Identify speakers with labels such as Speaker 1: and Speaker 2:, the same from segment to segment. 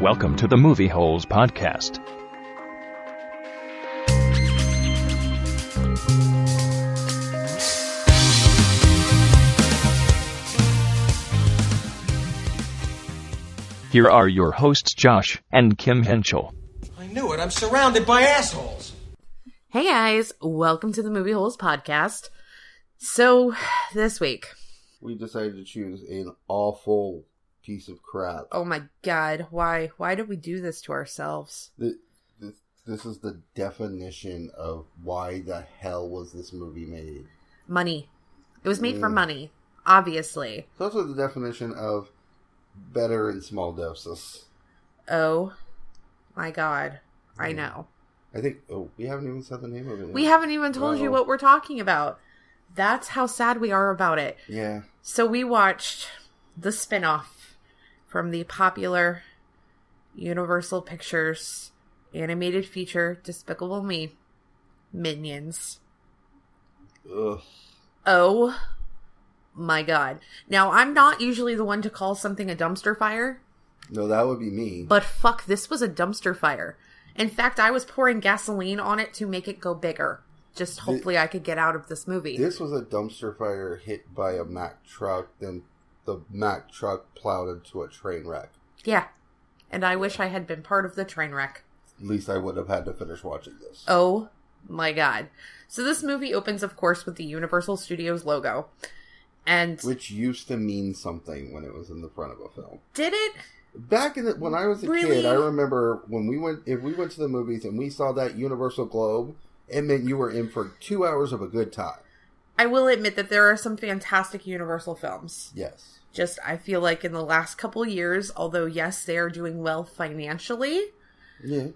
Speaker 1: Welcome to the Movie Holes Podcast. Here are your hosts, Josh and Kim Henschel.
Speaker 2: I knew it. I'm surrounded by assholes.
Speaker 3: Hey guys, welcome to the Movie Holes podcast. So, this week,
Speaker 4: we decided to choose an awful piece of crap.
Speaker 3: oh my god, why why did we do this to ourselves?
Speaker 4: Th- This, this is the definition of why the hell was this movie made.
Speaker 3: Money. It was made for
Speaker 4: Mm.
Speaker 3: money, obviously.
Speaker 4: It's also the definition of better in small doses.
Speaker 3: Oh my god.
Speaker 4: Mm.
Speaker 3: I know.
Speaker 4: I think, oh, we haven't even said the name of it.
Speaker 3: We
Speaker 4: yet.
Speaker 3: haven't even told you
Speaker 4: Well.
Speaker 3: what we're talking about. That's how sad we are about it.
Speaker 4: Yeah.
Speaker 3: So we watched the spin-off from the popular Universal Pictures animated feature Despicable Me Minions.
Speaker 4: Ugh.
Speaker 3: Oh my god. Now, I'm not usually the one to call something a dumpster fire,
Speaker 4: No, that would be me.
Speaker 3: but fuck, this was a dumpster fire. In fact, I was pouring gasoline on it to make it go bigger. Just hopefully I could get out of this movie.
Speaker 4: this was a dumpster fire hit by a Mack truck, then the Mack truck plowed into a train wreck.
Speaker 3: yeah. And I wish I had been part of the train wreck.
Speaker 4: At least I would have had to finish watching this.
Speaker 3: Oh my god. So this movie opens, of course, with the Universal Studios logo. And
Speaker 4: Which used to mean something when it was in the front of a film.
Speaker 3: did it?
Speaker 4: Back in the, when I was a
Speaker 3: Really?
Speaker 4: kid, I remember when we went if we went to the movies and we saw that Universal Globe, it meant you were in for two hours of a good time.
Speaker 3: I will admit that there are some fantastic Universal films.
Speaker 4: Yes,
Speaker 3: just I feel like in the last couple years, although yes, they are doing well financially,
Speaker 4: yeah,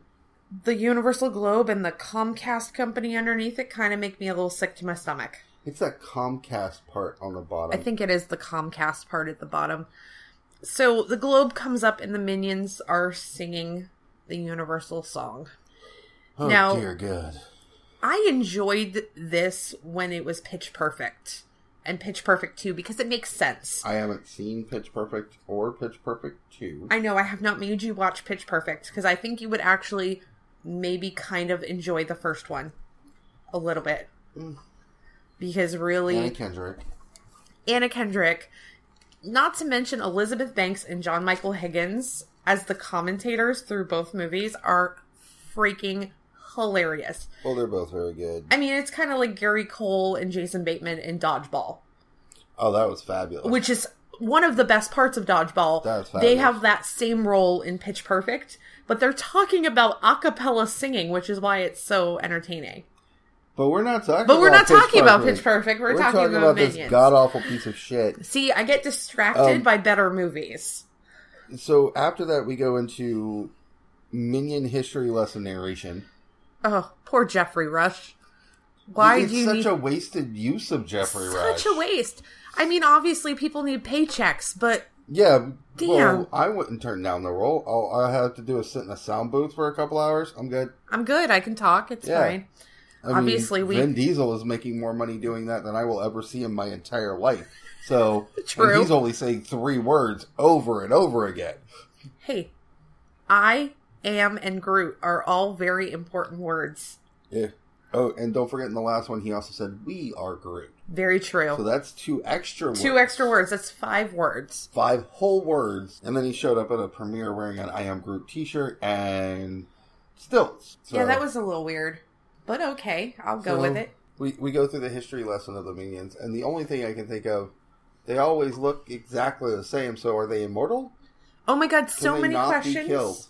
Speaker 3: the Universal Globe and the Comcast company underneath it kind of make me a little sick to my stomach.
Speaker 4: it's that Comcast part on the bottom.
Speaker 3: I think it is the Comcast part at the bottom. So the Globe comes up and the minions are singing the Universal song.
Speaker 4: oh
Speaker 3: now-
Speaker 4: dear God,
Speaker 3: I enjoyed this when it was pitch perfect and pitch perfect 2 because it makes sense.
Speaker 4: I haven't seen Pitch Perfect or Pitch Perfect Two.
Speaker 3: I know I have not made you watch Pitch Perfect because I think you would actually maybe kind of enjoy the first one a little bit.
Speaker 4: Mm.
Speaker 3: Because really,
Speaker 4: Anna Kendrick,
Speaker 3: Anna Kendrick, not to mention Elizabeth Banks and John Michael Higgins as the commentators through both movies, are freaking hilarious.
Speaker 4: well, they're both very good.
Speaker 3: I mean, it's kind of like Gary Cole and Jason Bateman in Dodgeball,
Speaker 4: Oh, that was fabulous.
Speaker 3: which is one of the best parts of Dodgeball.
Speaker 4: That's
Speaker 3: they
Speaker 4: fabulous.
Speaker 3: have that same role in Pitch Perfect, but they're talking about a cappella singing, which is why it's so entertaining.
Speaker 4: but we're not talking.
Speaker 3: But we're
Speaker 4: about
Speaker 3: not talking about Pitch Perfect. We're,
Speaker 4: We're,
Speaker 3: talking, about, Minions.
Speaker 4: this god awful piece of shit.
Speaker 3: See, I get distracted
Speaker 4: Um,
Speaker 3: by better movies.
Speaker 4: So after that, we go into Minion history lesson narration.
Speaker 3: Oh, poor Jeffrey Rush. Why
Speaker 4: it's
Speaker 3: do you
Speaker 4: such
Speaker 3: need
Speaker 4: a wasted use of Jeffrey Rush?
Speaker 3: such a waste? I mean, obviously people need paychecks, but
Speaker 4: Yeah.
Speaker 3: Damn.
Speaker 4: Well, I wouldn't turn down the role. All I have to do is sit in a sound booth for a couple hours. I'm good.
Speaker 3: I'm good. I can talk. It's
Speaker 4: Yeah.
Speaker 3: fine.
Speaker 4: I mean,
Speaker 3: Obviously, we-
Speaker 4: Vin Diesel is making more money doing that than I will ever see in my entire life. So and
Speaker 3: True.
Speaker 4: he's only saying three words over and over again.
Speaker 3: Hey, I am and Groot are all very important words.
Speaker 4: Yeah. Oh, and don't forget in the last one, he also said, "We are Groot."
Speaker 3: Very true.
Speaker 4: So that's two extra. words.
Speaker 3: Two extra words. That's five words.
Speaker 4: five whole words, and then he showed up at a premiere wearing an I Am Groot T-shirt and stilts. So
Speaker 3: Yeah, that was a little weird, but okay, I'll go
Speaker 4: So-
Speaker 3: with it.
Speaker 4: We we go through the history lesson of the minions, and the only thing I can think of, they always look exactly the same. So are they immortal?
Speaker 3: Oh my god,
Speaker 4: Can
Speaker 3: so
Speaker 4: they
Speaker 3: many
Speaker 4: not be
Speaker 3: questions.
Speaker 4: killed?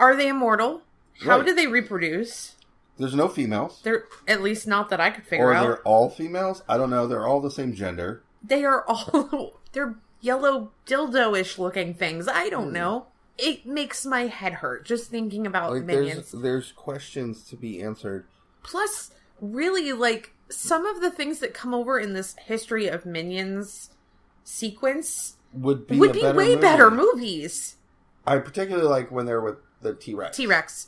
Speaker 3: Are they immortal? How
Speaker 4: Right.
Speaker 3: do they reproduce?
Speaker 4: There's no females,
Speaker 3: They're at least not that I could figure
Speaker 4: or
Speaker 3: out.
Speaker 4: they're all females. I don't know. They're all the same gender.
Speaker 3: They are all they're yellow dildo-ish looking things. I don't
Speaker 4: Hmm.
Speaker 3: know. It makes my head hurt just thinking about
Speaker 4: Like
Speaker 3: minions.
Speaker 4: there's there's questions to be answered.
Speaker 3: Plus, really, like some of the things that come over in this history of minions sequence
Speaker 4: Would be
Speaker 3: would
Speaker 4: a
Speaker 3: be
Speaker 4: better
Speaker 3: way
Speaker 4: movie.
Speaker 3: better movies.
Speaker 4: I particularly like when they're with the T Rex.
Speaker 3: T Rex.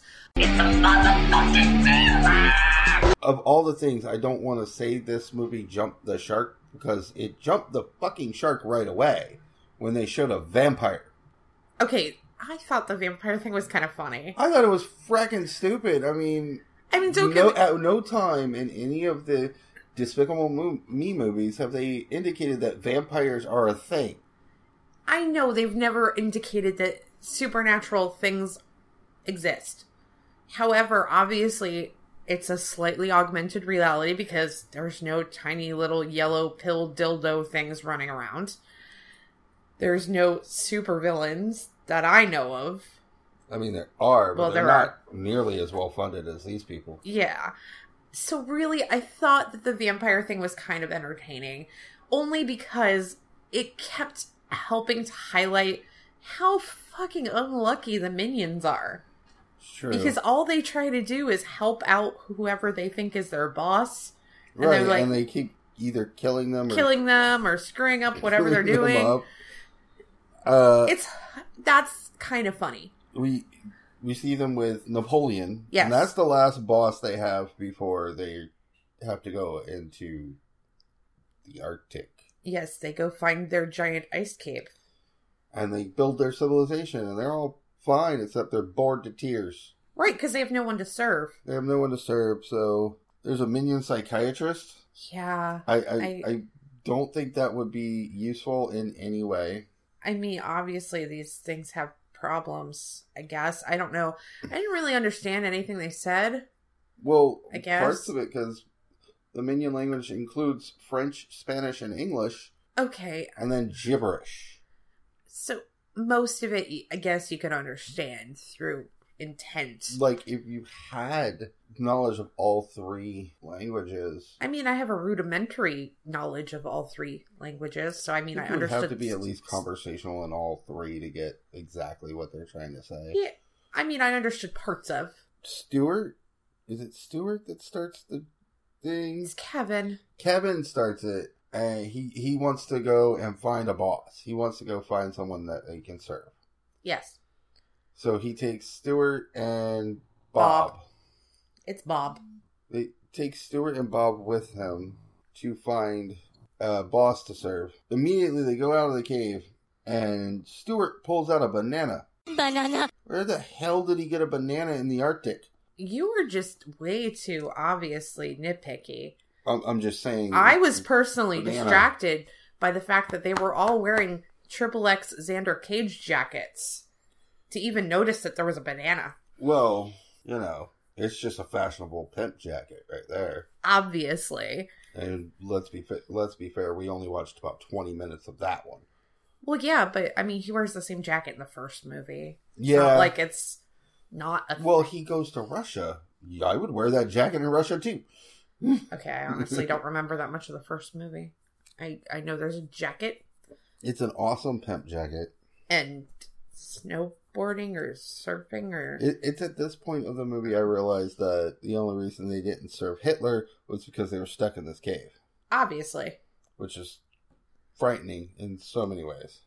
Speaker 4: of all the things, I don't want to say this movie jumped the shark because it jumped the fucking shark right away when they showed a vampire.
Speaker 3: Okay, I thought the vampire thing was kind of funny.
Speaker 4: I thought it was fracking stupid. I mean,
Speaker 3: I mean, don't
Speaker 4: no,
Speaker 3: get me.
Speaker 4: at no time in any of the Despicable Mo- Me movies have they indicated that vampires are a thing.
Speaker 3: I know they've never indicated that supernatural things exist. However, obviously, it's a slightly augmented reality because there's no tiny little yellow pill dildo things running around. There's no supervillains that I know of.
Speaker 4: I mean, there are, but
Speaker 3: Well,
Speaker 4: they're
Speaker 3: there
Speaker 4: not nearly as well funded as these people.
Speaker 3: Yeah. So really, I thought that the vampire thing was kind of entertaining, only because it kept helping to highlight how fucking unlucky the minions are.
Speaker 4: Sure.
Speaker 3: Because all they try to do is help out whoever they think is their boss, and
Speaker 4: right,
Speaker 3: they're like
Speaker 4: and they keep either killing them, or
Speaker 3: killing them or screwing up whatever they're
Speaker 4: screwing them
Speaker 3: doing.
Speaker 4: up. Uh,
Speaker 3: It's that's kind of funny.
Speaker 4: we we see them with Napoleon.
Speaker 3: Yes.
Speaker 4: and that's the last boss they have before they have to go into the Arctic,
Speaker 3: Yes, they go find their giant ice cape.
Speaker 4: and they build their civilization, and they're all fine except they're bored to tears.
Speaker 3: Right, because they have no one to serve.
Speaker 4: They have no one to serve, so there's a minion psychiatrist.
Speaker 3: Yeah.
Speaker 4: I I, I,
Speaker 3: I-
Speaker 4: don't think that would be useful in any way.
Speaker 3: I mean, obviously these things have problems, I guess. I don't know. I didn't really understand anything they said.
Speaker 4: Well,
Speaker 3: I guess.
Speaker 4: parts of it because the minion language includes French, Spanish, and English,
Speaker 3: Okay,
Speaker 4: and then gibberish.
Speaker 3: so most of it I guess you can understand through intent.
Speaker 4: Like if you had knowledge of all three languages,
Speaker 3: I mean, I have a rudimentary knowledge of all three languages, so I mean, I
Speaker 4: it would
Speaker 3: understood
Speaker 4: have to be at least conversational in all three to get exactly what they're trying to say.
Speaker 3: Yeah, I mean, I understood parts of.
Speaker 4: Stewart, is it Stewart that starts the thing?
Speaker 3: It's Kevin.
Speaker 4: Kevin starts it, and he he wants to go and find a boss. He wants to go find someone that they can serve.
Speaker 3: Yes,
Speaker 4: So he takes Stewart and Bob.
Speaker 3: Bob. it's Bob.
Speaker 4: They take Stewart and Bob with him to find a boss to serve. Immediately, they go out of the cave, and Stewart pulls out a banana.
Speaker 5: banana,
Speaker 4: Where the hell did he get a banana in the Arctic?
Speaker 3: You were just way too obviously nitpicky.
Speaker 4: I'm, I'm just saying.
Speaker 3: I was personally
Speaker 4: Banana.
Speaker 3: distracted by the fact that they were all wearing triple X Xander Cage jackets to even notice that there was a banana.
Speaker 4: Well, you know, it's just a fashionable pimp jacket right there.
Speaker 3: Obviously.
Speaker 4: And let's be fa- let's be fair, we only watched about twenty minutes of that one.
Speaker 3: Well, yeah, but I mean, he wears the same jacket in the first movie. It's
Speaker 4: Yeah.
Speaker 3: not like it's not a.
Speaker 4: Well, he goes to Russia. Yeah, I would wear that jacket in Russia too.
Speaker 3: okay, I honestly don't remember that much of the first movie. I, I know there's a jacket
Speaker 4: It's an awesome pimp jacket.
Speaker 3: and snowboarding or surfing or.
Speaker 4: It, it's at this point of the movie I realized that the only reason they didn't serve Hitler was because they were stuck in this cave,
Speaker 3: obviously.
Speaker 4: which is frightening in so many ways.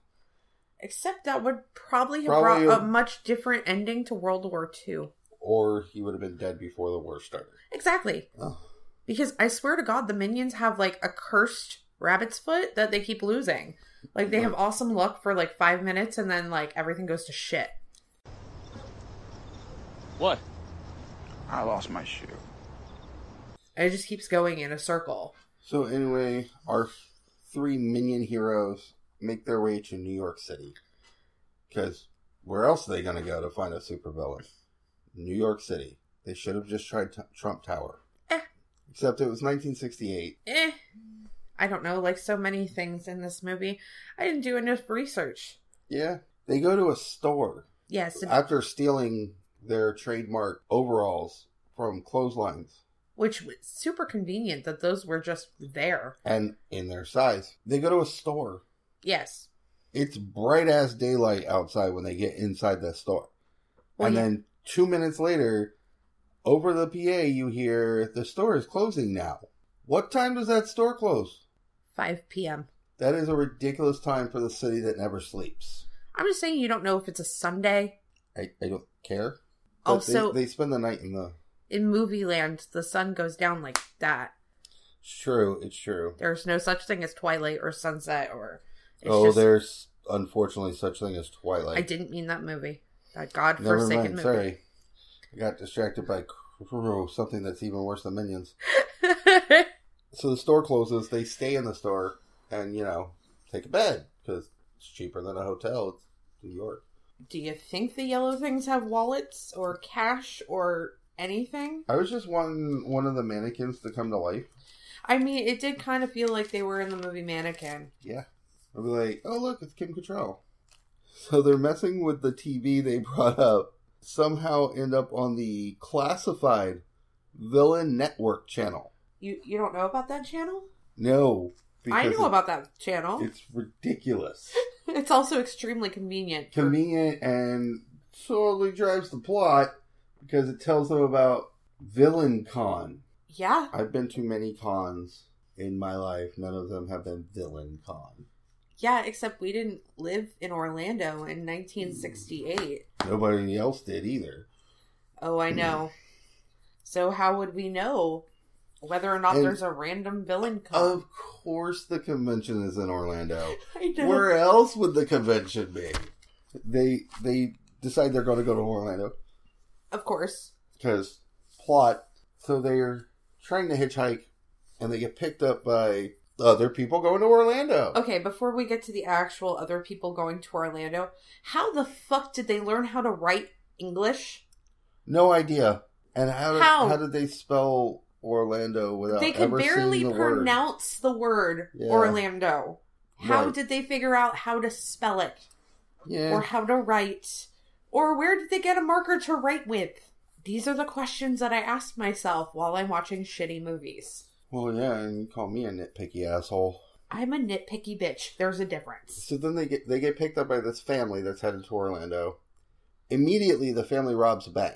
Speaker 3: Except that would probably have
Speaker 4: Probably
Speaker 3: brought
Speaker 4: a-
Speaker 3: a much different ending to World War II.
Speaker 4: Or he would have been dead before the war started.
Speaker 3: Exactly. Because I swear to God, the minions have like a cursed rabbit's foot that they keep losing. Like they have awesome luck for like five minutes and then like everything goes to shit.
Speaker 1: What?
Speaker 6: I lost my shoe.
Speaker 3: And it just keeps going in a circle.
Speaker 4: So anyway, our three minion heroes make their way to New York City. Because where else are they going to go to find a supervillain? New York City. They should have just tried t- Trump Tower.
Speaker 3: Eh.
Speaker 4: Except it was 1968.
Speaker 3: Eh. I don't know, like so many things in this movie. I didn't do enough research.
Speaker 4: Yeah. They go to a store
Speaker 3: Yes, it-
Speaker 4: after stealing their trademark overalls from clotheslines
Speaker 3: which was super convenient that those were just there.
Speaker 4: and in their size. They go to a store.
Speaker 3: Yes.
Speaker 4: It's bright ass daylight outside when they get inside that store.
Speaker 3: Well,
Speaker 4: and
Speaker 3: yeah.
Speaker 4: then two minutes later, over the PA, you hear the store is closing now. What time does that store close?
Speaker 3: 5 p.m.
Speaker 4: That is a ridiculous time for the city that never sleeps.
Speaker 3: I'm just saying you don't know if it's a Sunday
Speaker 4: I, I don't care. But
Speaker 3: Also-
Speaker 4: they, they spend the night in the.
Speaker 3: in movie land the sun goes down like that
Speaker 4: It's true. It's true.
Speaker 3: there's no such thing as twilight or sunset or it's
Speaker 4: oh,
Speaker 3: just
Speaker 4: there's unfortunately such thing as Twilight.
Speaker 3: I didn't mean that movie. That
Speaker 4: Never
Speaker 3: godforsaken
Speaker 4: mind.
Speaker 3: movie.
Speaker 4: Sorry, I got distracted by Crow, something that's even worse than Minions. So the store closes. They stay in the store and you know take a bed because it's cheaper than a hotel. It's New York.
Speaker 3: Do you think the yellow things have wallets or cash or anything?
Speaker 4: I was just wanting one of the mannequins to come to life.
Speaker 3: I mean, it did kind of feel like they were in the movie Mannequin.
Speaker 4: Yeah. I'd be like, oh, look, it's Kim Cattrall. So they're messing with the TV they brought up, somehow end up on the classified Villain Network channel.
Speaker 3: You you don't know about that channel?
Speaker 4: No.
Speaker 3: I
Speaker 4: because
Speaker 3: know
Speaker 4: it-
Speaker 3: about that channel. It's,
Speaker 4: It's ridiculous.
Speaker 3: also extremely convenient. for-
Speaker 4: Convenient and totally drives the plot because it tells them about Villain Con.
Speaker 3: yeah.
Speaker 4: I've been to many cons in my life. None of them have been Villain Con.
Speaker 3: Yeah, except we didn't live in Orlando in 1968.
Speaker 4: Nobody else did either.
Speaker 3: Oh, I know. so how would we know whether or not
Speaker 4: And-
Speaker 3: there's a random villain come?
Speaker 4: Of course, the convention is in Orlando.
Speaker 3: I know.
Speaker 4: Where else would the convention be? They they decide they're going to go to Orlando
Speaker 3: Of course.
Speaker 4: because plot. So they're trying to hitchhike, and they get picked up by other people going to Orlando.
Speaker 3: Okay, before we get to the actual other people going to Orlando, how the fuck did they learn how to write English?
Speaker 4: No idea. And how did,
Speaker 3: How?
Speaker 4: how? did they spell Orlando without
Speaker 3: they could
Speaker 4: ever
Speaker 3: barely
Speaker 4: seeing the word?
Speaker 3: pronounce the word
Speaker 4: Yeah.
Speaker 3: Orlando. How
Speaker 4: Right.
Speaker 3: did they figure out how to spell it
Speaker 4: Yeah.
Speaker 3: or how to write? Or where did they get a marker to write with? These are the questions that I ask myself while I'm watching shitty movies.
Speaker 4: Well, yeah, and you call me a nitpicky asshole.
Speaker 3: I'm a nitpicky bitch. There's a difference.
Speaker 4: So then they get they get picked up by this family that's headed to Orlando. Immediately, the family robs a bank.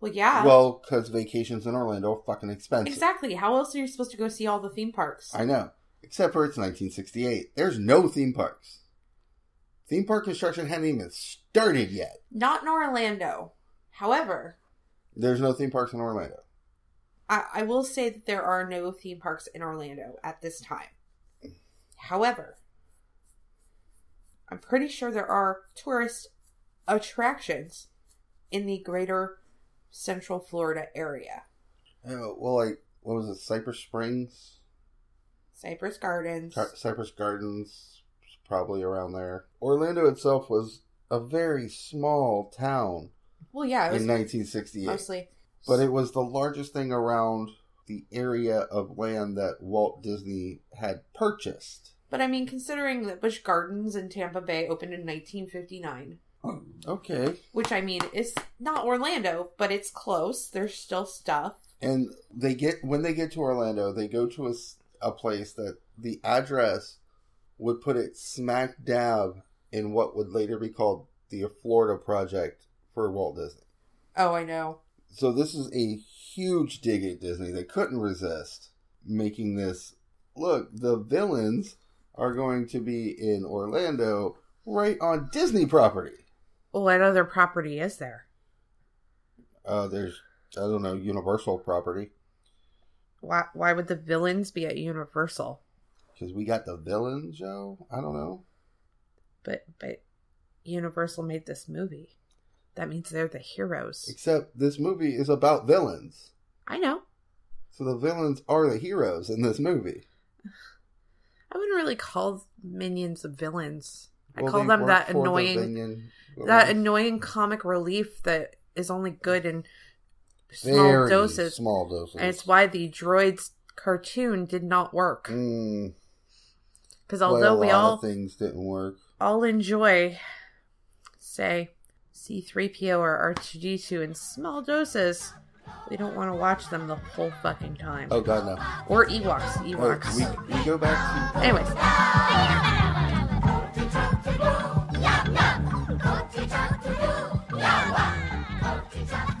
Speaker 3: Well, yeah.
Speaker 4: Well, because vacations in Orlando are fucking expensive.
Speaker 3: exactly. How else are you supposed to go see all the theme parks?
Speaker 4: I know. Except for it's 1968. There's no theme parks. Theme park construction hadn't even started yet.
Speaker 3: Not in Orlando. However,
Speaker 4: There's no theme parks in Orlando.
Speaker 3: I, I will say that there are no theme parks in Orlando at this time. However, I'm pretty sure there are tourist attractions in the greater Central Florida area.
Speaker 4: Oh, well, like, what was it? Cypress Springs?
Speaker 3: Cypress Gardens.
Speaker 4: Cy- Cypress Gardens, probably around there. Orlando itself was a very small town
Speaker 3: Well, yeah, it
Speaker 4: in
Speaker 3: was
Speaker 4: 1968.
Speaker 3: mostly.
Speaker 4: But it was the largest thing around the area of land that Walt Disney had purchased.
Speaker 3: But I mean, considering that Busch Gardens in Tampa Bay opened in 1959,
Speaker 4: Okay.
Speaker 3: which I mean is not Orlando, but it's close. There's still stuff.
Speaker 4: And they get when they get to Orlando, they go to a, s- a place that the address would put it smack dab in what would later be called the Florida Project for Walt Disney.
Speaker 3: Oh, I know.
Speaker 4: So this is a huge dig at Disney. They couldn't resist making this look. The villains are going to be in Orlando, right on Disney property.
Speaker 3: What other property is there?
Speaker 4: Uh, there's I don't know Universal property
Speaker 3: Why why would the villains be at Universal?
Speaker 4: because we got the villain Joe. I don't know.
Speaker 3: But but Universal made this movie. That means they're the heroes.
Speaker 4: Except this movie is about villains.
Speaker 3: I know.
Speaker 4: So the villains are the heroes in this movie.
Speaker 3: I wouldn't really call minions villains. I
Speaker 4: Well,
Speaker 3: call
Speaker 4: they
Speaker 3: them
Speaker 4: work
Speaker 3: that
Speaker 4: for the
Speaker 3: annoying
Speaker 4: minion
Speaker 3: that
Speaker 4: villains.
Speaker 3: annoying comic relief that is only good in small
Speaker 4: Very
Speaker 3: doses.
Speaker 4: Small doses.
Speaker 3: And it's why the droids cartoon did not work.
Speaker 4: Mm,
Speaker 3: Because
Speaker 4: but
Speaker 3: although
Speaker 4: a
Speaker 3: we
Speaker 4: lot of
Speaker 3: all
Speaker 4: things didn't work.
Speaker 3: all enjoy, say, C3PO or R2D2 in small doses, we don't want to watch them the whole fucking time.
Speaker 4: Oh god no.
Speaker 3: Or Ewoks.
Speaker 4: Oh,
Speaker 3: Ewoks.
Speaker 4: we, we go back to
Speaker 3: Anyways,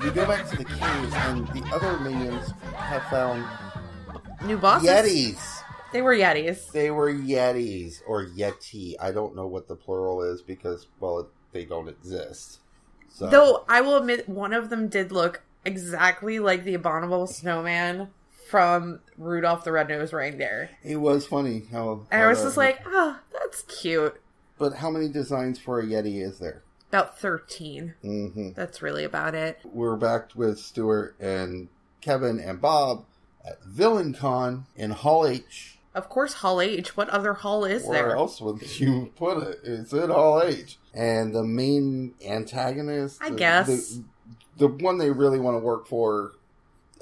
Speaker 4: we go back to the caves and the other minions have found
Speaker 3: new bosses.
Speaker 4: yetis.
Speaker 3: They were Yetis.
Speaker 4: They were yetis or yeti. I don't know what the plural is because well they don't exist. So
Speaker 3: Though I will admit, one of them did look exactly like the abominable snowman from Rudolph the Red-Nosed Reindeer.
Speaker 4: it was funny how,
Speaker 3: And
Speaker 4: how
Speaker 3: I was
Speaker 4: that-
Speaker 3: just like, oh, that's cute.
Speaker 4: But how many designs for a Yeti is there?
Speaker 3: About 13.
Speaker 4: hmm
Speaker 3: That's really about it.
Speaker 4: We're back with Stuart and Kevin and Bob at Villain Con in Hall H.
Speaker 3: Of course, Hall H. What other hall is
Speaker 4: Where
Speaker 3: there?
Speaker 4: else would you put it? It's in Hall H. And the main antagonist,
Speaker 3: I
Speaker 4: the-
Speaker 3: guess.
Speaker 4: the, the one they really want to work for,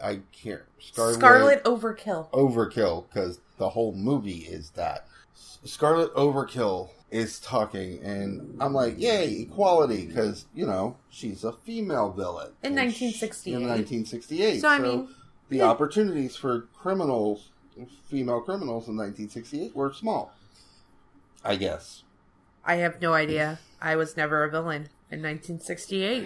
Speaker 4: I can't.
Speaker 3: Scarlet, Overkill.
Speaker 4: Overkill because the whole movie is that. S- Scarlet Overkill is talking, and I'm like, yay, equality, because, you know, she's a female villain.
Speaker 3: In
Speaker 4: And she-
Speaker 3: 1968.
Speaker 4: In 1968.
Speaker 3: So, I mean,
Speaker 4: the
Speaker 3: yeah.
Speaker 4: opportunities for criminals, female criminals in 1968 were small. I guess.
Speaker 3: I have no idea. I was never a villain in 1968.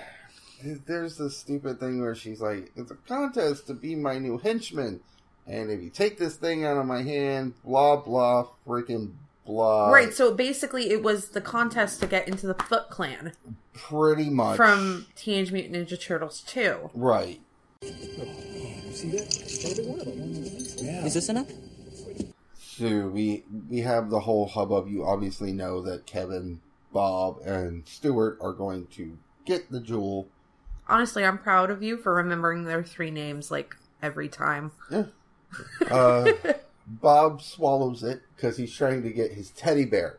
Speaker 4: Uh, There's this stupid thing where she's like, it's a contest to be my new henchman. And if you take this thing out of my hand, blah, blah, freaking blah.
Speaker 3: right, so basically, it was the contest to get into the Foot Clan
Speaker 4: pretty much
Speaker 3: from Teenage Mutant Ninja Turtles 2.
Speaker 4: right
Speaker 5: Is this enough?
Speaker 4: so we we have the whole hubbub you obviously know that kevin bob and Stuart are going to get the jewel
Speaker 3: Honestly, I'm proud of you for remembering their three names like every time.
Speaker 4: uh, bob swallows it because he's trying to get his teddy bear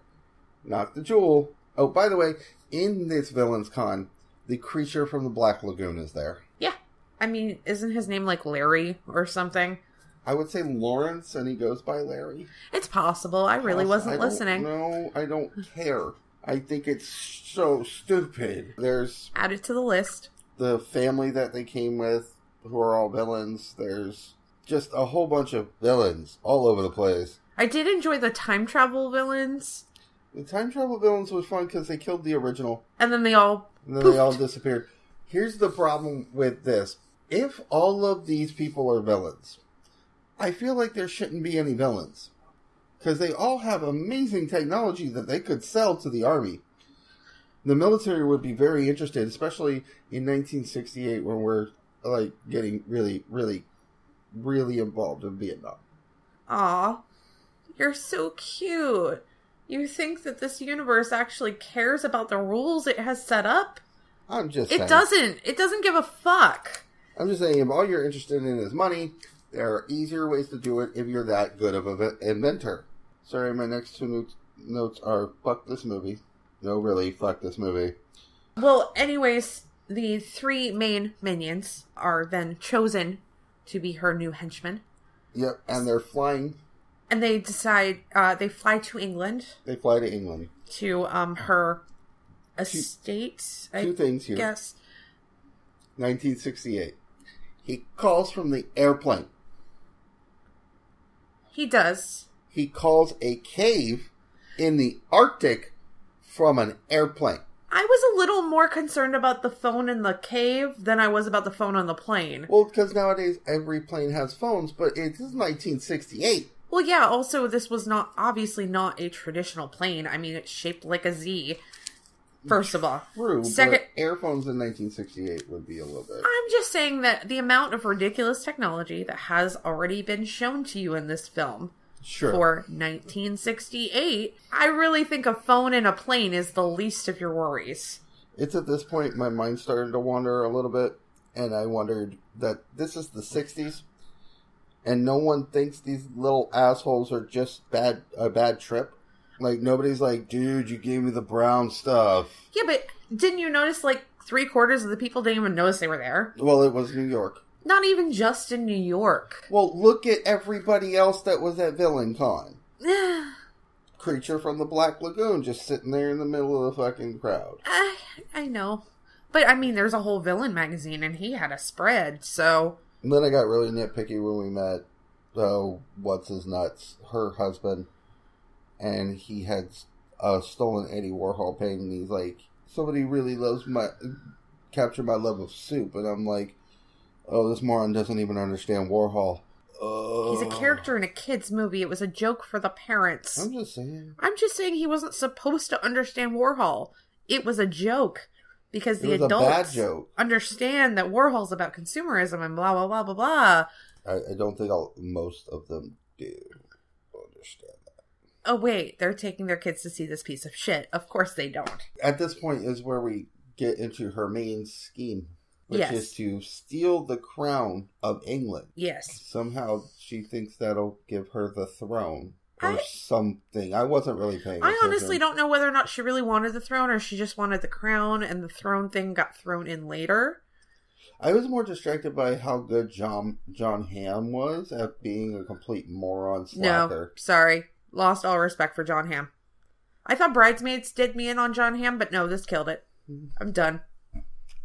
Speaker 4: not the jewel oh by the way in this villains con the creature from the black lagoon is there
Speaker 3: Yeah. I mean, isn't his name like Larry or something?
Speaker 4: i would say lawrence and he goes by larry
Speaker 3: It's possible. I really wasn't listening.
Speaker 4: no i don't care i think it's so stupid there's
Speaker 3: Add it to the list.
Speaker 4: the family that they came with, who are all villains. There's just a whole bunch of villains all over the place.
Speaker 3: I did enjoy the time travel villains,
Speaker 4: The time travel villains was fun because they killed the original
Speaker 3: and then they all
Speaker 4: and then they all disappeared. Here's the problem with this: if all of these people are villains, I feel like there shouldn't be any villains because they all have amazing technology that they could sell to the army. The military would be very interested, especially in 1968 when we're like getting really, really, really involved in Vietnam.
Speaker 3: Aw, you're so cute. You think that this universe actually cares about the rules it has set up?
Speaker 4: I'm just
Speaker 3: It
Speaker 4: saying.
Speaker 3: doesn't. It doesn't give a fuck.
Speaker 4: I'm just saying, if all you're interested in is money, there are easier ways to do it if you're that good of an inventor. Sorry, my next two notes, notes are fuck this movie. No, really, fuck this movie.
Speaker 3: Well, anyways, the three main minions are then chosen to be her new henchmen,
Speaker 4: Yep, and they're flying.
Speaker 3: and they decide uh, they fly to England
Speaker 4: They fly to England.
Speaker 3: to um her estate. I
Speaker 4: two things here.
Speaker 3: guess.
Speaker 4: 1968. He calls from the airplane.
Speaker 3: He does.
Speaker 4: He calls a cave in the Arctic from an airplane.
Speaker 3: I was a little more concerned about the phone in the cave than I was about the phone on the plane.
Speaker 4: Well, because nowadays every plane has phones, but it's 1968.
Speaker 3: Well, yeah, also, this was not obviously not a traditional plane. I mean, it's shaped like a Z, first of all.
Speaker 4: True,
Speaker 3: Second,
Speaker 4: but airphones in 1968 would be a little bit.
Speaker 3: I'm just saying that the amount of ridiculous technology that has already been shown to you in this film
Speaker 4: Sure.
Speaker 3: for 1968, I really think a phone and a plane is the least of your worries.
Speaker 4: It's at this point my mind started to wander a little bit, and I wondered that this is the 60s, and no one thinks these little assholes are just bad a bad trip. Like nobody's like, dude, you gave me the brown stuff.
Speaker 3: Yeah, but didn't you notice like three quarters of the people didn't even notice they were there?
Speaker 4: Well, it was New York.
Speaker 3: Not even just in New York.
Speaker 4: Well, look at everybody else that was at Villain Con. Creature from the Black Lagoon just sitting there in the middle of the fucking crowd.
Speaker 3: I, I know. But I mean, there's a whole villain magazine, and he had a spread, so.
Speaker 4: And then I got really nitpicky when we met, oh, what's his nuts, her husband, and he had a stolen Eddie Warhol painting. He's like, somebody really loves my, captured my love of soup, and I'm like, oh, this moron doesn't even understand Warhol.
Speaker 3: He's a
Speaker 4: Ugh. Oh,
Speaker 3: character in a kid's movie. It was a joke for the parents.
Speaker 4: I'm just saying.
Speaker 3: I'm just saying he wasn't supposed to understand Warhol. It was a joke because
Speaker 4: It
Speaker 3: the
Speaker 4: was a bad
Speaker 3: adults
Speaker 4: joke.
Speaker 3: understand that Warhol's about consumerism and blah blah blah blah blah.
Speaker 4: I, I don't think I'll, most of them do understand that.
Speaker 3: oh, wait, they're taking their kids to see this piece of shit. Of course they don't.
Speaker 4: At this point is where we get into her main scheme, which
Speaker 3: Yes.
Speaker 4: is to steal the crown of England.
Speaker 3: Yes.
Speaker 4: Somehow she thinks that'll give her the throne or
Speaker 3: I-
Speaker 4: something. I wasn't really paying
Speaker 3: I
Speaker 4: attention.
Speaker 3: honestly don't know whether or not she really wanted the throne or she just wanted the crown and the throne thing got thrown in later.
Speaker 4: I was more distracted by how good John John Ham was at being a complete moron
Speaker 3: No,
Speaker 4: slacker.
Speaker 3: sorry. Lost all respect for John Ham. I thought Bridesmaids did me in on John Ham, but no, this killed it. I'm done.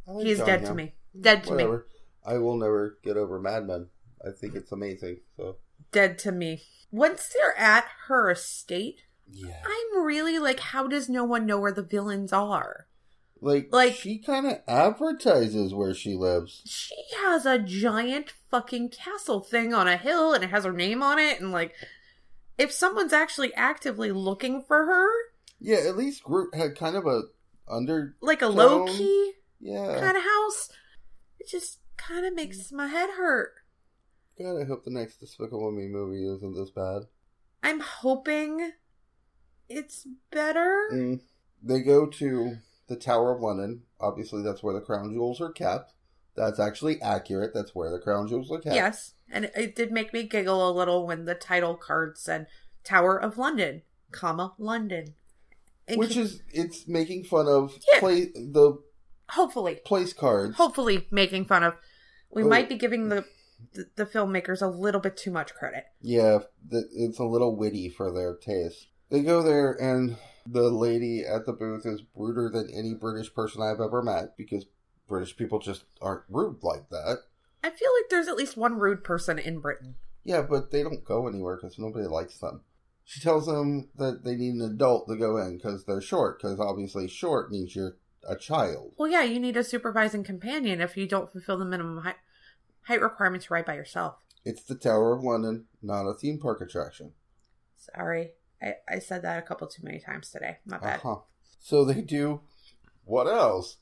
Speaker 4: I like
Speaker 3: He's
Speaker 4: John
Speaker 3: dead to
Speaker 4: Hamm.
Speaker 3: me. Dead to me.
Speaker 4: Whatever. I will never get over Mad Men. I think it's amazing. So
Speaker 3: Dead to me. Once they're at her estate,
Speaker 4: yeah,
Speaker 3: I'm really like, how does no one know where the villains are?
Speaker 4: like
Speaker 3: like-
Speaker 4: she kind of advertises where she lives.
Speaker 3: She has a giant fucking castle thing on a hill and it has her name on it. And like, if someone's actually actively looking for her,
Speaker 4: Yeah, at least Groot had kind of a under
Speaker 3: like a
Speaker 4: Tone.
Speaker 3: low key
Speaker 4: yeah.
Speaker 3: kind of house, it just kind of makes my head hurt.
Speaker 4: God, I hope the next Despicable Me movie isn't this bad.
Speaker 3: I'm hoping it's better.
Speaker 4: Mm. They go to the Tower of London. Obviously, that's where the crown jewels are kept. That's actually accurate. That's where the crown jewels are kept.
Speaker 3: Yes. And it- it did make me giggle a little when the title card said Tower of London, comma, London. And
Speaker 4: Which
Speaker 3: keep-
Speaker 4: is, it's making fun of
Speaker 3: Yeah.
Speaker 4: play, the
Speaker 3: hopefully,
Speaker 4: place cards.
Speaker 3: hopefully making fun of. We
Speaker 4: Oh.
Speaker 3: might be giving the, the the filmmakers a little bit too much credit.
Speaker 4: Yeah, th- it's a little witty for their taste. They go there, and the lady at the booth is ruder than any British person I've ever met because British people just aren't rude like that.
Speaker 3: I feel like there's at least one rude person in Britain.
Speaker 4: Yeah, but they don't go anywhere because nobody likes them. She tells them that they need an adult to go in because they're short, because obviously short means you're a child.
Speaker 3: Well, yeah, you need a supervising companion if you don't fulfill the minimum height, height requirement to ride by yourself.
Speaker 4: It's the Tower of London, not a theme park attraction.
Speaker 3: Sorry. I, I said that a couple too many times today. My bad.
Speaker 4: Uh-huh. So they do what else?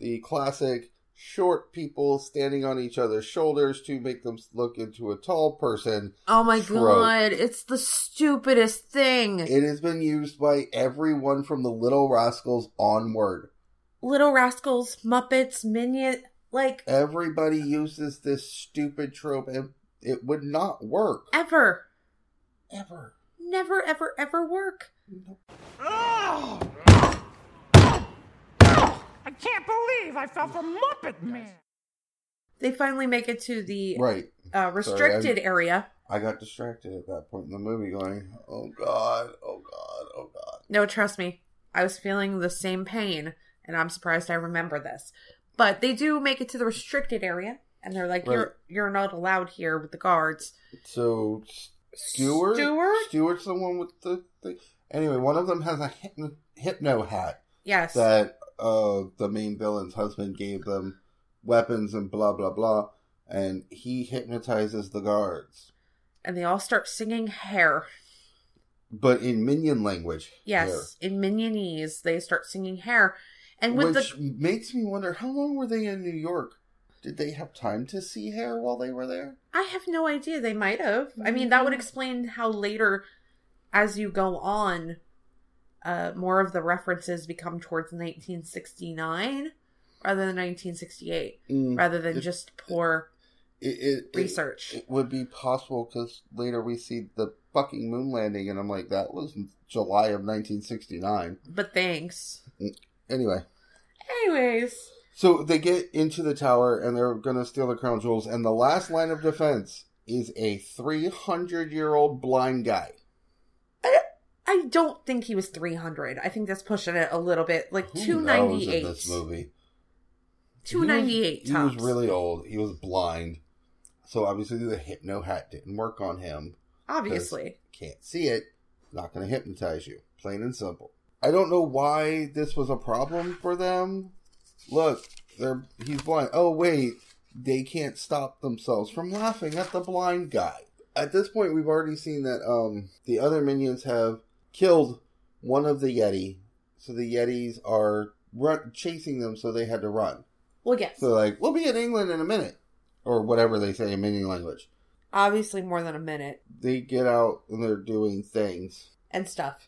Speaker 4: The classic short people standing on each other's shoulders to make them look into a tall person.
Speaker 3: Oh my
Speaker 4: Stroke.
Speaker 3: god, it's the stupidest thing.
Speaker 4: It has been used by everyone from the Little Rascals onward.
Speaker 3: Little Rascals, Muppets, Minion, like
Speaker 4: Everybody uses this stupid trope and it would not work.
Speaker 3: ever.
Speaker 4: Ever.
Speaker 3: Never, ever, ever work.
Speaker 7: I can't believe I fell for Muppet Man.
Speaker 3: They finally make it to the
Speaker 4: Right.
Speaker 3: uh, restricted
Speaker 4: Sorry,
Speaker 3: area.
Speaker 4: I got distracted at that point in the movie going, oh god, oh god, oh god.
Speaker 3: No, trust me, I was feeling the same pain, and I'm surprised I remember this. But they do make it to the restricted area, and they're like,
Speaker 4: Right.
Speaker 3: "You're you're not allowed here with the guards."
Speaker 4: So Stewart.
Speaker 3: Stewart?
Speaker 4: Stewart's the one with the thing. Anyway, one of them has a hypno, hypno hat
Speaker 3: Yes,
Speaker 4: that uh, the main villain's husband gave them weapons and blah blah blah, and he hypnotizes the guards,
Speaker 3: and they all start singing "Hair."
Speaker 4: but in minion language.
Speaker 3: Yes, in Minionese, they start singing "Hair,"
Speaker 4: hair.
Speaker 3: and with
Speaker 4: which
Speaker 3: the
Speaker 4: makes me wonder how long were they in New York? Did they have time to see hair while they were there?
Speaker 3: I have no idea. They might have. I mean, that would
Speaker 4: Mm-hmm.
Speaker 3: explain how later, as you go on, uh, more of the references become towards 1969 rather than 1968,
Speaker 4: Mm.
Speaker 3: rather than
Speaker 4: It-
Speaker 3: just poor
Speaker 4: It, it, it-
Speaker 3: research.
Speaker 4: It would be possible because later we see the fucking moon landing, and I'm like, that was in July of 1969.
Speaker 3: but thanks.
Speaker 4: Anyway,
Speaker 3: Anyways,
Speaker 4: so they get into the tower and they're going to steal the crown jewels, and the last line of defense is a 300 year old blind guy.
Speaker 3: I don't think he was 300. I think that's pushing it a little bit, like
Speaker 4: Who knows in
Speaker 3: 298.
Speaker 4: this movie.
Speaker 3: 298
Speaker 4: He was
Speaker 3: tops.
Speaker 4: really old. He was blind. So obviously the hypno hat didn't work on him.
Speaker 3: obviously.
Speaker 4: Can't see it. Not going to hypnotize you. Plain and simple. I don't know why this was a problem for them. Look, they're he's blind. Oh wait, they can't stop themselves from laughing at the blind guy. At this point, we've already seen that um, the other minions have killed one of the Yeti, so the Yetis are run- chasing them, so they had to run.
Speaker 3: Well, yes.
Speaker 4: So like, we'll be in England in a minute, or whatever they say in minion language
Speaker 3: obviously more than a minute.
Speaker 4: they get out and they're doing things.
Speaker 3: and stuff.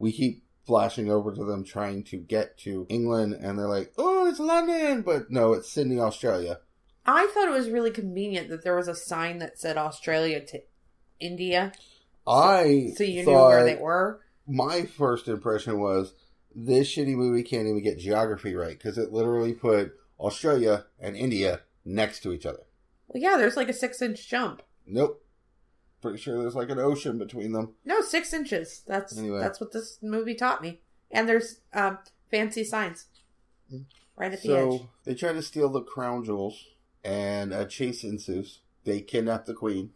Speaker 4: we keep flashing over to them trying to get to England, and they're like, "Oh, it's London," but no, it's Sydney, Australia.
Speaker 3: I thought it was really convenient that there was a sign that said Australia to India,
Speaker 4: I
Speaker 3: so you knew
Speaker 4: thought
Speaker 3: where they were.
Speaker 4: my first impression was this shitty movie can't even get geography right because it literally put Australia and India next to each other.
Speaker 3: Well, yeah, there's like a six inch jump.
Speaker 4: Nope, pretty sure there's like an ocean between them.
Speaker 3: No, six inches. That's
Speaker 4: Anyway.
Speaker 3: that's what this movie taught me. And there's um, fancy signs right at the edge.
Speaker 4: So they try to steal the crown jewels, and a chase ensues. They kidnap the queen.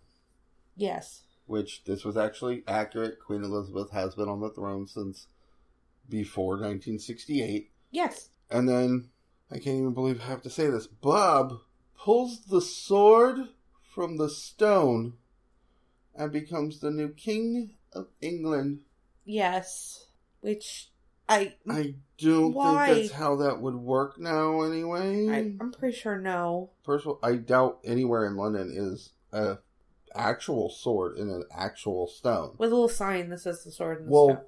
Speaker 3: Yes.
Speaker 4: which this was actually accurate. Queen Elizabeth has been on the throne since before 1968.
Speaker 3: Yes.
Speaker 4: And then, I can't even believe I have to say this Bob pulls the sword from the stone and becomes the new King of England.
Speaker 3: Yes. Which I, I
Speaker 4: I don't
Speaker 3: Why?
Speaker 4: think that's how that would work now, anyway.
Speaker 3: I'm pretty sure no.
Speaker 4: First of all, I doubt anywhere in London is a actual sword in an actual stone.
Speaker 3: With a little sign that says the sword and the
Speaker 4: Well,
Speaker 3: stone.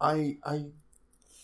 Speaker 4: I I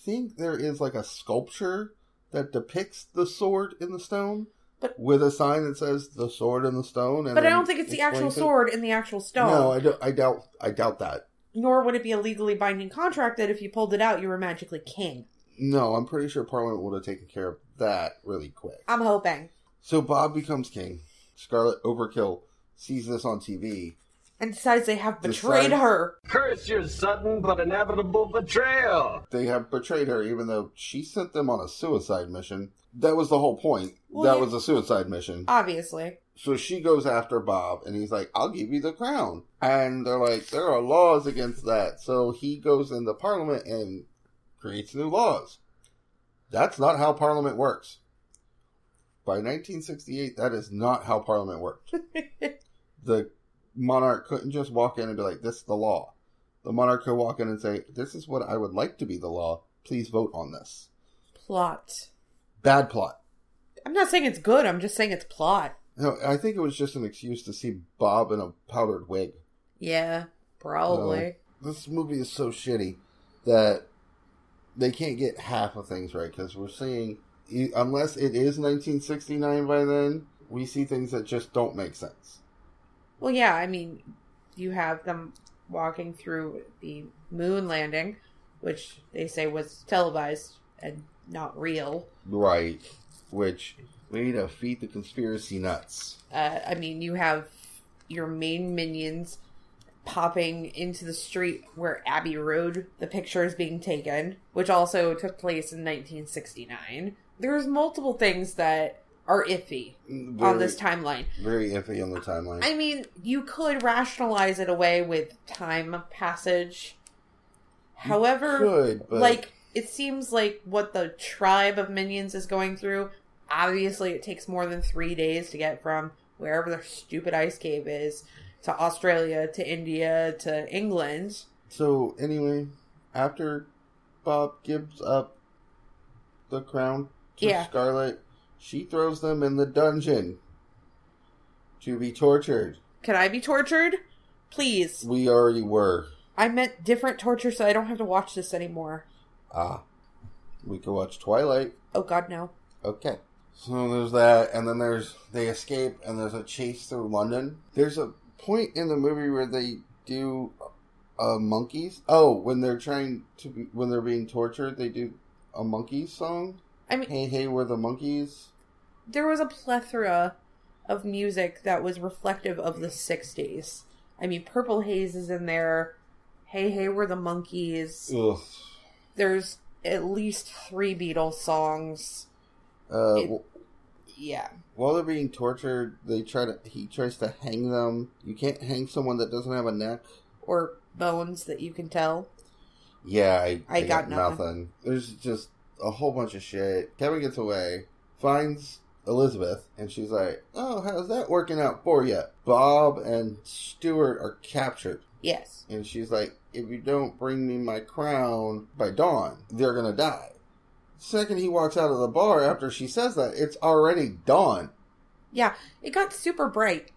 Speaker 4: think there is like a sculpture that depicts the sword in the stone,
Speaker 3: But-
Speaker 4: with a sign that says "the sword in the stone." And
Speaker 3: But I
Speaker 4: then
Speaker 3: don't think it's the actual
Speaker 4: explains it.
Speaker 3: sword in the actual stone.
Speaker 4: um, No, I, don't, I doubt. I doubt that.
Speaker 3: Nor would it be a legally binding contract that if you pulled it out, you were magically king.
Speaker 4: No, I'm pretty sure Parliament would have taken care of that really quick.
Speaker 3: I'm hoping.
Speaker 4: So Bob becomes king. Scarlet Overkill sees this on TV.
Speaker 3: And decides they have betrayed
Speaker 4: Decides-
Speaker 3: her.
Speaker 8: Curse your sudden but inevitable betrayal.
Speaker 4: They have betrayed her, even though she sent them on a suicide mission. That was the whole point.
Speaker 3: Well,
Speaker 4: that
Speaker 3: yeah.
Speaker 4: was a suicide mission.
Speaker 3: Obviously.
Speaker 4: So she goes after Bob, and he's like, "I'll give you the crown." And they're like, "There are laws against that." So he goes into Parliament and creates new laws. That's not how Parliament works. By 1968, that is not how Parliament worked. the monarch couldn't just walk in and be like, "This is the law." The monarch could walk in and say, "This is what I would like to be the law. Please vote on this."
Speaker 3: Plot.
Speaker 4: Bad plot.
Speaker 3: I'm not saying it's good, I'm just saying it's plot.
Speaker 4: No, I think it was just an excuse to see Bob in a powdered wig.
Speaker 3: Yeah, probably.
Speaker 4: this movie is so shitty that they can't get half of things right because we're seeing e- unless it is 1969 by then we see things that just don't make sense
Speaker 3: Well, yeah, I mean, you have them walking through the moon landing, which they say was televised and not real.
Speaker 4: right which way to feed the conspiracy nuts
Speaker 3: Uh, I mean, you have your main minions popping into the street where Abbey Road, the picture is being taken, which also took place in 1969. There's multiple things that are iffy on
Speaker 4: Very-
Speaker 3: this timeline.
Speaker 4: very iffy on the timeline
Speaker 3: I mean, you could rationalize it away with time passage. However,
Speaker 4: could, but-
Speaker 3: like it seems like what the tribe of minions is going through. Obviously, it takes more than three days to get from wherever their stupid ice cave is to Australia to India to England.
Speaker 4: so anyway after bob gives up the crown to
Speaker 3: Yeah.
Speaker 4: scarlet she throws them in the dungeon to be tortured
Speaker 3: Can I be tortured? Please.
Speaker 4: we already were
Speaker 3: I meant different torture so I don't have to watch this anymore.
Speaker 4: Ah, we could watch Twilight.
Speaker 3: Oh, God, no.
Speaker 4: Okay. So there's that, and then there's they escape, and there's a chase through London. There's a point in the movie where they do uh, monkeys. Oh, when they're trying to be, when they're being tortured, they do a monkey song.
Speaker 3: I mean,
Speaker 4: Hey, hey, we're the monkeys.
Speaker 3: there was a plethora of music that was reflective of the 60s. I mean, Purple Haze is in there. Hey Hey We're the Monkeys.
Speaker 4: Ugh.
Speaker 3: There's at least three Beatles songs.
Speaker 4: Uh,
Speaker 3: It-
Speaker 4: wh-
Speaker 3: Yeah.
Speaker 4: while they're being tortured, they try to he tries to hang them. You can't hang someone that doesn't have a neck.
Speaker 3: Or Bones that you can tell.
Speaker 4: Yeah, I,
Speaker 3: I got nothing.
Speaker 4: There's just a whole bunch of shit. Kevin gets away, finds Elizabeth, and she's like, "Oh, how's that working out for you?" Bob and Stuart are captured,
Speaker 3: Yes.
Speaker 4: and she's like, "If you don't bring me my crown by dawn, they're gonna die." Second, he walks out of the bar after she says that it's already dawn.
Speaker 3: Yeah. It got super bright.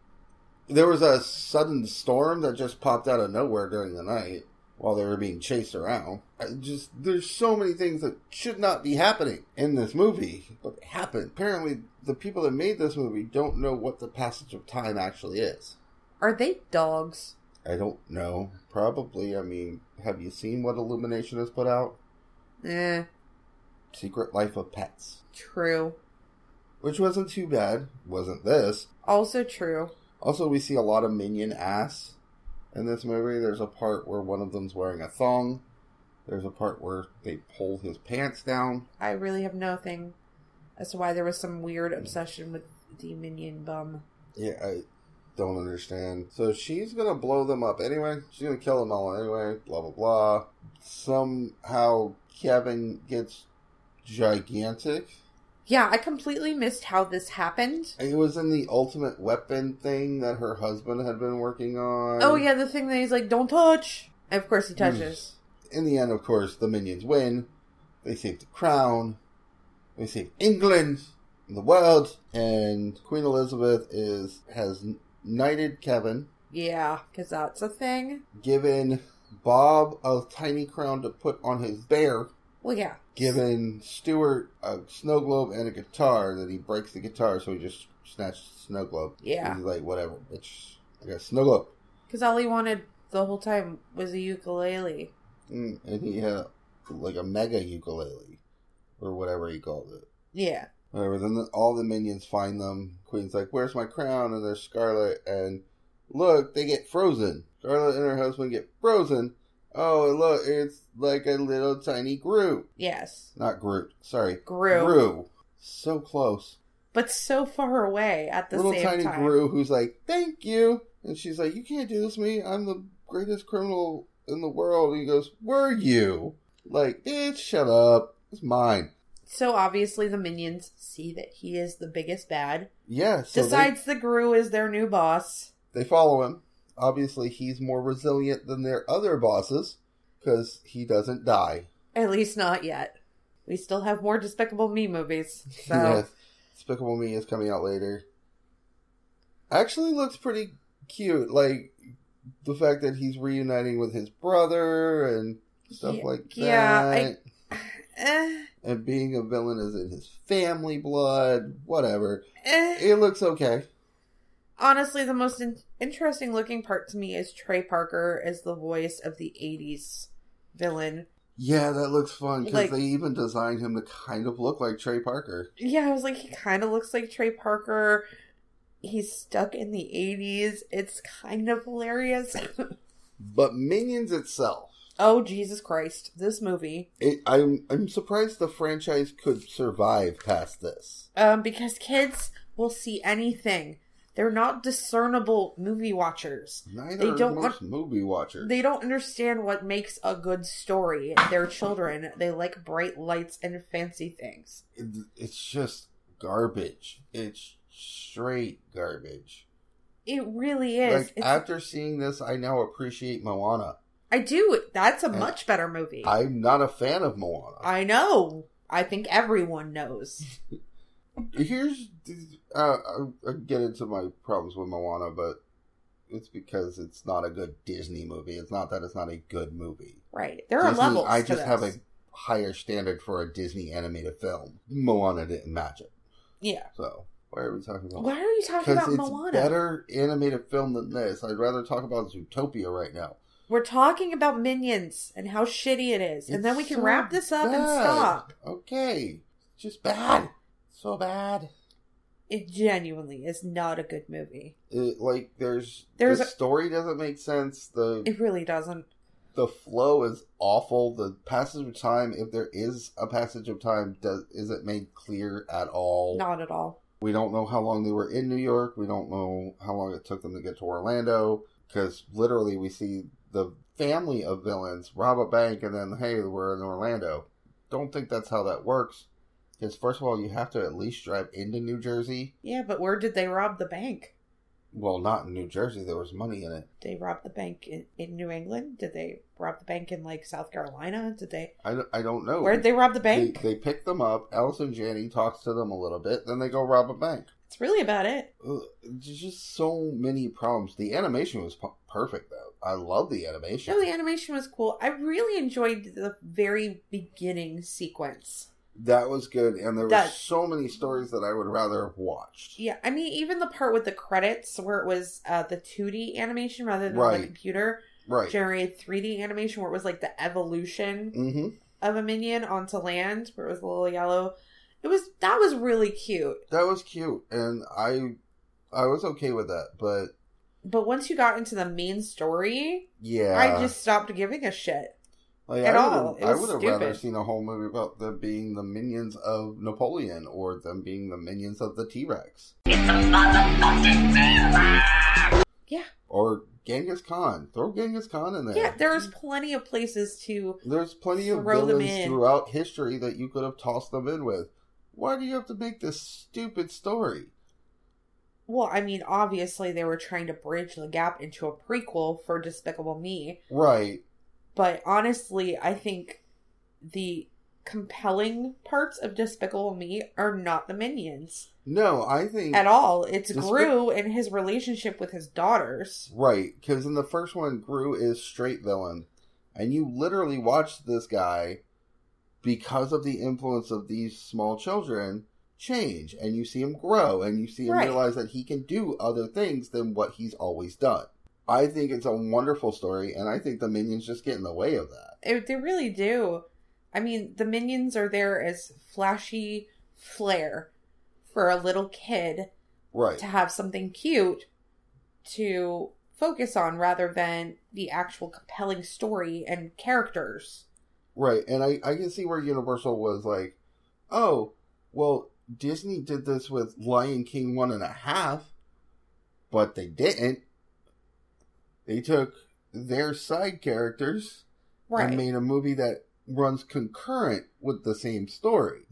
Speaker 4: There was a sudden storm that just popped out of nowhere during the night. while they were being chased around. I just there's so many things that should not be happening in this movie, but happen. Apparently, the people that made this movie don't know what the passage of time actually is.
Speaker 3: Are they dogs?
Speaker 4: I don't know. Probably. I mean, have you seen what Illumination has put out?
Speaker 3: Eh,
Speaker 4: Secret Life of Pets,
Speaker 3: true.
Speaker 4: which wasn't too bad. Wasn't this?
Speaker 3: Also true.
Speaker 4: Also, we see a lot of minion ass in this movie. There's a part where one of them's wearing a thong. There's a part where they pull his pants down.
Speaker 3: I really have nothing as to why there was some weird obsession with the minion bum.
Speaker 4: Yeah, I don't understand. So she's gonna blow them up anyway. She's gonna kill them all anyway. Blah blah blah. Somehow Kevin gets gigantic.
Speaker 3: Yeah, I completely missed how this happened.
Speaker 4: It was in the Ultimate Weapon thing that her husband had been working on.
Speaker 3: Oh yeah, the thing that he's like, "Don't touch." And of course,
Speaker 4: hmm.
Speaker 3: he touches.
Speaker 4: in the end, of course, the minions win. They save the crown. They save England, and the world, and Queen Elizabeth is has knighted Kevin,
Speaker 3: Yeah, because that's a thing.
Speaker 4: given Bob a tiny crown to put on his bear,
Speaker 3: Well, yeah,
Speaker 4: given Stuart a snow globe and a guitar. That he breaks the guitar, so he just snatches the snow globe.
Speaker 3: Yeah.
Speaker 4: he's like, whatever, bitch. I got a snow globe,
Speaker 3: because all he wanted the whole time was a ukulele.
Speaker 4: Mm, and he had like a mega ukulele, or whatever he called it.
Speaker 3: Yeah,
Speaker 4: Whatever. Then the, all the minions find them. Queen's like, "Where's my crown?" And there's Scarlet. And look, they get frozen. Scarlet and her husband get frozen. Oh, and look, it's like a little tiny Groot.
Speaker 3: yes,
Speaker 4: Not Groot. Sorry,
Speaker 3: Gru.
Speaker 4: Gru. So close.
Speaker 3: but so far away at the
Speaker 4: little
Speaker 3: same
Speaker 4: tiny
Speaker 3: time.
Speaker 4: Gru, who's like, "Thank you," and she's like, "You can't do this to me. I'm the greatest criminal in the world." And he goes, "Were you?" Like, bitch, shut up. It's mine.
Speaker 3: So obviously, the minions see that he is the biggest bad.
Speaker 4: Yeah. So they-
Speaker 3: Decides the Gru is their new boss.
Speaker 4: They follow him. Obviously, he's more resilient than their other bosses because he doesn't die.
Speaker 3: At least not yet. We still have more Despicable Me movies. So
Speaker 4: Yes. Despicable Me is coming out later. Actually, looks pretty cute. Like the fact that he's reuniting with his brother and stuff
Speaker 3: Ye-
Speaker 4: like that.
Speaker 3: yeah, I- eh,
Speaker 4: And being a villain is in his family blood. Whatever.
Speaker 3: eh.
Speaker 4: It looks okay.
Speaker 3: honestly, the most in- interesting looking part to me is Trey Parker as the voice of the '80s villain.
Speaker 4: Yeah, that looks fun because
Speaker 3: Like-
Speaker 4: they even designed him to kind of look like Trey Parker.
Speaker 3: Yeah, I was like, he kind of looks like Trey Parker. He's stuck in the '80s. It's kind of hilarious.
Speaker 4: But Minions itself.
Speaker 3: oh Jesus Christ! This movie,
Speaker 4: it, I'm I'm surprised the franchise could survive past this.
Speaker 3: um, because kids will see anything. They're not discernible movie watchers.
Speaker 4: Neither
Speaker 3: They
Speaker 4: are
Speaker 3: don't want-
Speaker 4: most movie watchers.
Speaker 3: They don't understand what makes a good story. They're children. They like bright lights and fancy things.
Speaker 4: It- it's just garbage. It's straight garbage.
Speaker 3: It really is.
Speaker 4: like
Speaker 3: It's-
Speaker 4: after seeing this, I now appreciate Moana.
Speaker 3: I do. That's a
Speaker 4: Yeah.
Speaker 3: much better movie. I,
Speaker 4: I'm not a fan of Moana.
Speaker 3: know. I think everyone knows.
Speaker 4: Here's uh, I'll, I'll get into my problems with Moana, but it's because it's not a good Disney movie. It's not that it's not a good movie.
Speaker 3: Right. There are
Speaker 4: Disney-
Speaker 3: levels.
Speaker 4: I
Speaker 3: to
Speaker 4: just
Speaker 3: this.
Speaker 4: have a higher standard for a Disney animated film. Moana didn't match it.
Speaker 3: Yeah.
Speaker 4: So why are we talking about?
Speaker 3: Why are you talking
Speaker 4: Because
Speaker 3: about
Speaker 4: it's
Speaker 3: Moana?
Speaker 4: better animated film than this. I'd rather talk about Zootopia right now.
Speaker 3: We're talking about Minions and how shitty it is. and then
Speaker 4: It's
Speaker 3: we can
Speaker 4: so
Speaker 3: wrap this up and
Speaker 4: bad.
Speaker 3: stop.
Speaker 4: Okay, It's just bad. So bad.
Speaker 3: It genuinely is not a good movie.
Speaker 4: It, like there's
Speaker 3: There's
Speaker 4: the
Speaker 3: a-
Speaker 4: story doesn't make sense. The
Speaker 3: It really doesn't.
Speaker 4: the flow is awful. The passage of time, if there is a passage of time, does isn't made clear at all.
Speaker 3: Not at all.
Speaker 4: We don't know how long they were in New York. We don't know how long it took them to get to Orlando because literally we see the family of villains rob a bank and then, hey, we're in Orlando. Don't think that's how that works because, first of all, you have to at least drive into New Jersey.
Speaker 3: Yeah, but where did they rob the bank?
Speaker 4: Well, not in New Jersey, there was money in it.
Speaker 3: Did they rob the bank in, in New England? Did they rob the bank in like South Carolina? Did they?
Speaker 4: I, don't- I don't know.
Speaker 3: Where'd they rob the
Speaker 4: Oh, They,
Speaker 3: bank?
Speaker 4: they pick them up. Allison Janney talks to them a little bit. Then they go rob a bank.
Speaker 3: It's really about it.
Speaker 4: Ugh, There's just so many problems. The animation was p- perfect, though. I love the animation.
Speaker 3: No, the animation was cool. I really enjoyed the very beginning sequence.
Speaker 4: That was good, and there were
Speaker 3: That-
Speaker 4: so many stories that I would rather have watched.
Speaker 3: Yeah, I mean, even the part with the credits where it was uh, the 2D animation rather than
Speaker 4: Right.
Speaker 3: the computer
Speaker 4: Right.
Speaker 3: generated 3D animation where it was like the evolution
Speaker 4: hmm
Speaker 3: of a minion onto land where it was a little yellow. It was that was really cute.
Speaker 4: That was cute, and I, I was okay with that. But
Speaker 3: But once you got into the main story,
Speaker 4: yeah,
Speaker 3: I just stopped giving a shit.
Speaker 4: like,
Speaker 3: at
Speaker 4: I
Speaker 3: all.
Speaker 4: would've-
Speaker 3: It
Speaker 4: I
Speaker 3: was
Speaker 4: would have rather
Speaker 3: stupid.
Speaker 4: seen a whole movie about them being the minions of Napoleon or them being the minions of the T Rex
Speaker 3: Yeah.
Speaker 4: or Genghis Khan. Throw Genghis Khan in there.
Speaker 3: Yeah, there's plenty of places to
Speaker 4: There's plenty of
Speaker 3: Throw them
Speaker 4: villains
Speaker 3: in.
Speaker 4: throughout history that you could have tossed them in with. Why do you have to make this stupid story?
Speaker 3: well, I mean, obviously they were trying to bridge the gap into a prequel for Despicable Me.
Speaker 4: Right.
Speaker 3: but honestly, I think the compelling parts of Despicable Me are not the minions
Speaker 4: No, I think
Speaker 3: at all. It's
Speaker 4: Despic-
Speaker 3: Gru and his relationship with his daughters.
Speaker 4: Right, because in the first one, Gru is straight villain, and you literally watched this guy because of the influence of these small children change, and you see him grow, and you see him
Speaker 3: Right.
Speaker 4: realize that he can do other things than what he's always done. I think it's a wonderful story, and I think the minions just get in the way of that.
Speaker 3: It, they really do. I mean, the minions are there as flashy flair for a little kid
Speaker 4: Right,
Speaker 3: to have something cute to focus on rather than the actual compelling story and characters.
Speaker 4: right, and I, I can see where Universal was like, oh, well, Disney did this with Lion King one and a half, but they didn't. They took their side characters
Speaker 3: Right.
Speaker 4: and made a movie that runs concurrent with the same story.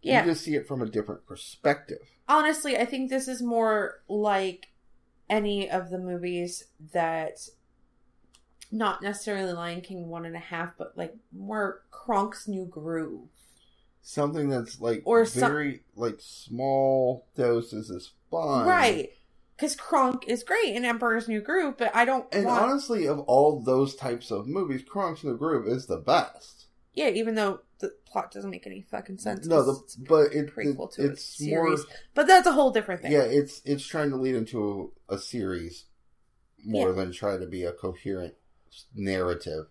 Speaker 3: yeah.
Speaker 4: You just see it from a different perspective.
Speaker 3: honestly, I think this is more like any of the movies that not necessarily Lion King one and a half, but like more Kronk's New Groove.
Speaker 4: Something that's like
Speaker 3: Or some-
Speaker 4: very like small doses is fine.
Speaker 3: Right. Because Kronk is great in Emperor's New Groove, but I don't
Speaker 4: And
Speaker 3: want.
Speaker 4: honestly, of all those types of movies, Kronk's New Groove is the best.
Speaker 3: yeah, even though the plot doesn't make any fucking sense.
Speaker 4: No,
Speaker 3: 'cause
Speaker 4: the,
Speaker 3: it's
Speaker 4: but it,
Speaker 3: prequel
Speaker 4: it-
Speaker 3: to a
Speaker 4: it's
Speaker 3: series.
Speaker 4: more
Speaker 3: But that's a whole different thing.
Speaker 4: yeah, it's it's trying to lead into a, a series more
Speaker 3: Yeah.
Speaker 4: than try to be a coherent s- narrative.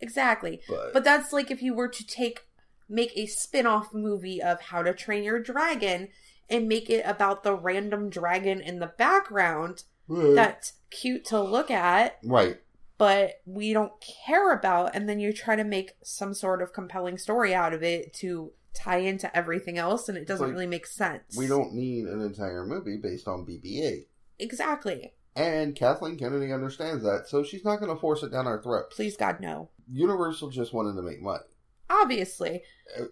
Speaker 3: Exactly.
Speaker 4: But-
Speaker 3: But, that's like if you were to take make a spin-off movie of How to Train Your Dragon and make it about the random dragon in the background that's cute to look at
Speaker 4: right,
Speaker 3: but we don't care about and then you try to make some sort of compelling story out of it to tie into everything else and it doesn't
Speaker 4: like,
Speaker 3: really make sense.
Speaker 4: we don't need an entire movie based on BB-8,
Speaker 3: Exactly.
Speaker 4: and Kathleen Kennedy understands that, so she's not going to force it down our throats.
Speaker 3: Please God no.
Speaker 4: Universal just wanted to make money.
Speaker 3: Obviously.
Speaker 4: Uh,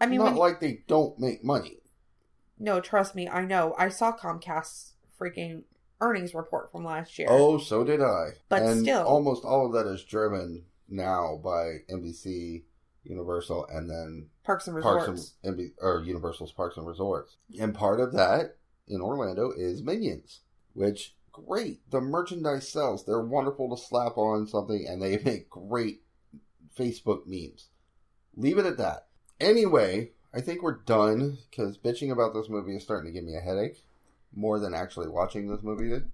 Speaker 3: I mean
Speaker 4: not
Speaker 3: when you-
Speaker 4: like they don't make money.
Speaker 3: No, trust me, I know. I saw Comcast's freaking earnings report from last year.
Speaker 4: Oh, so did I.
Speaker 3: But
Speaker 4: and
Speaker 3: still.
Speaker 4: almost all of that is driven now by NBC, Universal, and then
Speaker 3: Parks and Resorts.
Speaker 4: Parks and NB, or Universal's Parks and Resorts. And part of that in Orlando is Minions, which great. The merchandise sells. They're wonderful to slap on something, and they make great Facebook memes. Leave it at that. Anyway, I think we're done because bitching about this movie is starting to give me a headache more than actually watching this movie did.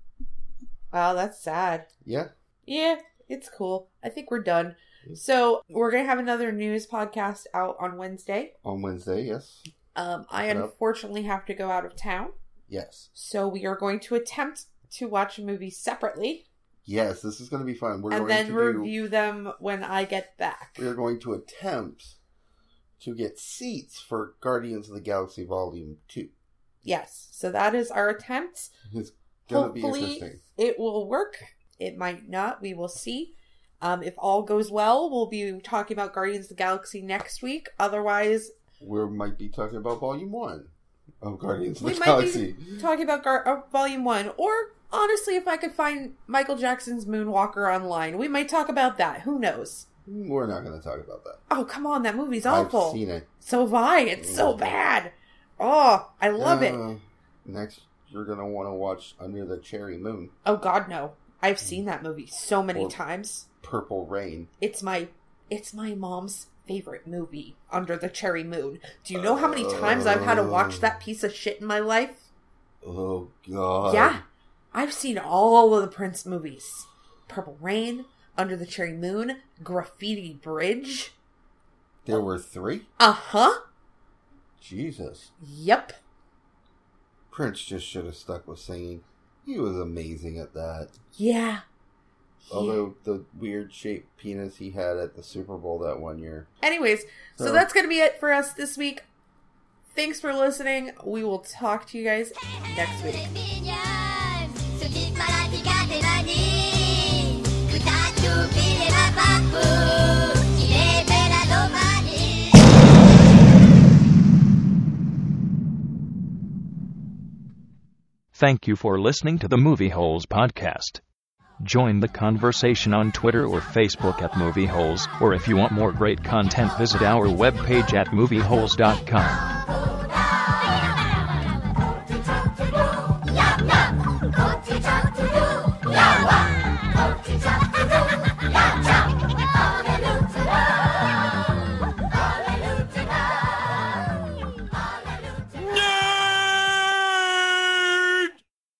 Speaker 3: Wow, that's sad.
Speaker 4: Yeah,
Speaker 3: Yeah, it's cool. I think we're done. So we're gonna have another news podcast out on Wednesday.
Speaker 4: on Wednesday. Yes,
Speaker 3: Um, I
Speaker 4: Yep.
Speaker 3: unfortunately have to go out of town,
Speaker 4: yes,
Speaker 3: so we are going to attempt to watch a movie separately
Speaker 4: yes. This is going to be fun. We're
Speaker 3: and
Speaker 4: going
Speaker 3: then
Speaker 4: to do-
Speaker 3: review them when I get back.
Speaker 4: we are going to attempt to get seats for Guardians of the Galaxy Volume 2.
Speaker 3: Yes, so that is our attempt.
Speaker 4: It's going to be
Speaker 3: Hopefully,
Speaker 4: interesting.
Speaker 3: it will work. It might not. We will see. Um, if all goes well, we'll be talking about Guardians of the Galaxy next week. Otherwise,
Speaker 4: We might be talking about Volume 1 of Guardians of
Speaker 3: we
Speaker 4: the
Speaker 3: might
Speaker 4: Galaxy.
Speaker 3: be talking about Gar- uh, Volume 1. Or, honestly, if I could find Michael Jackson's Moonwalker online, we might talk about that. Who knows?
Speaker 4: We're not going to talk about that.
Speaker 3: Oh, come on. That movie's awful.
Speaker 4: I've seen Mm. it.
Speaker 3: So have I. It's so bad. Oh, I love it.
Speaker 4: Uh, Next, you're going to want to watch Under the Cherry Moon.
Speaker 3: Oh, God, no. I've seen that movie so many
Speaker 4: Or-
Speaker 3: times.
Speaker 4: Purple Rain.
Speaker 3: It's my it's my mom's favorite movie, Under the Cherry Moon. Do you know how many times I've had to
Speaker 4: Uh.
Speaker 3: watch that piece of shit in my life?
Speaker 4: Oh God.
Speaker 3: yeah. I've seen all of the Prince movies. Purple Rain, Under the Cherry Moon, Graffiti Bridge.
Speaker 4: There were three.
Speaker 3: Uh-huh.
Speaker 4: Jesus.
Speaker 3: Yep.
Speaker 4: Prince just should have stuck with singing. He was amazing at that.
Speaker 3: Yeah.
Speaker 4: Although the weird shaped penis he had at the Super Bowl that one year.
Speaker 3: Anyways, so,
Speaker 4: So-
Speaker 3: that's going to be it for us this week. Thanks for listening. We will talk to you guys next week.
Speaker 1: Thank you for listening to the Movie Holes podcast. Join the conversation on Twitter or Facebook at Movie Holes, or if you want more great content, visit our webpage at movieholes.com.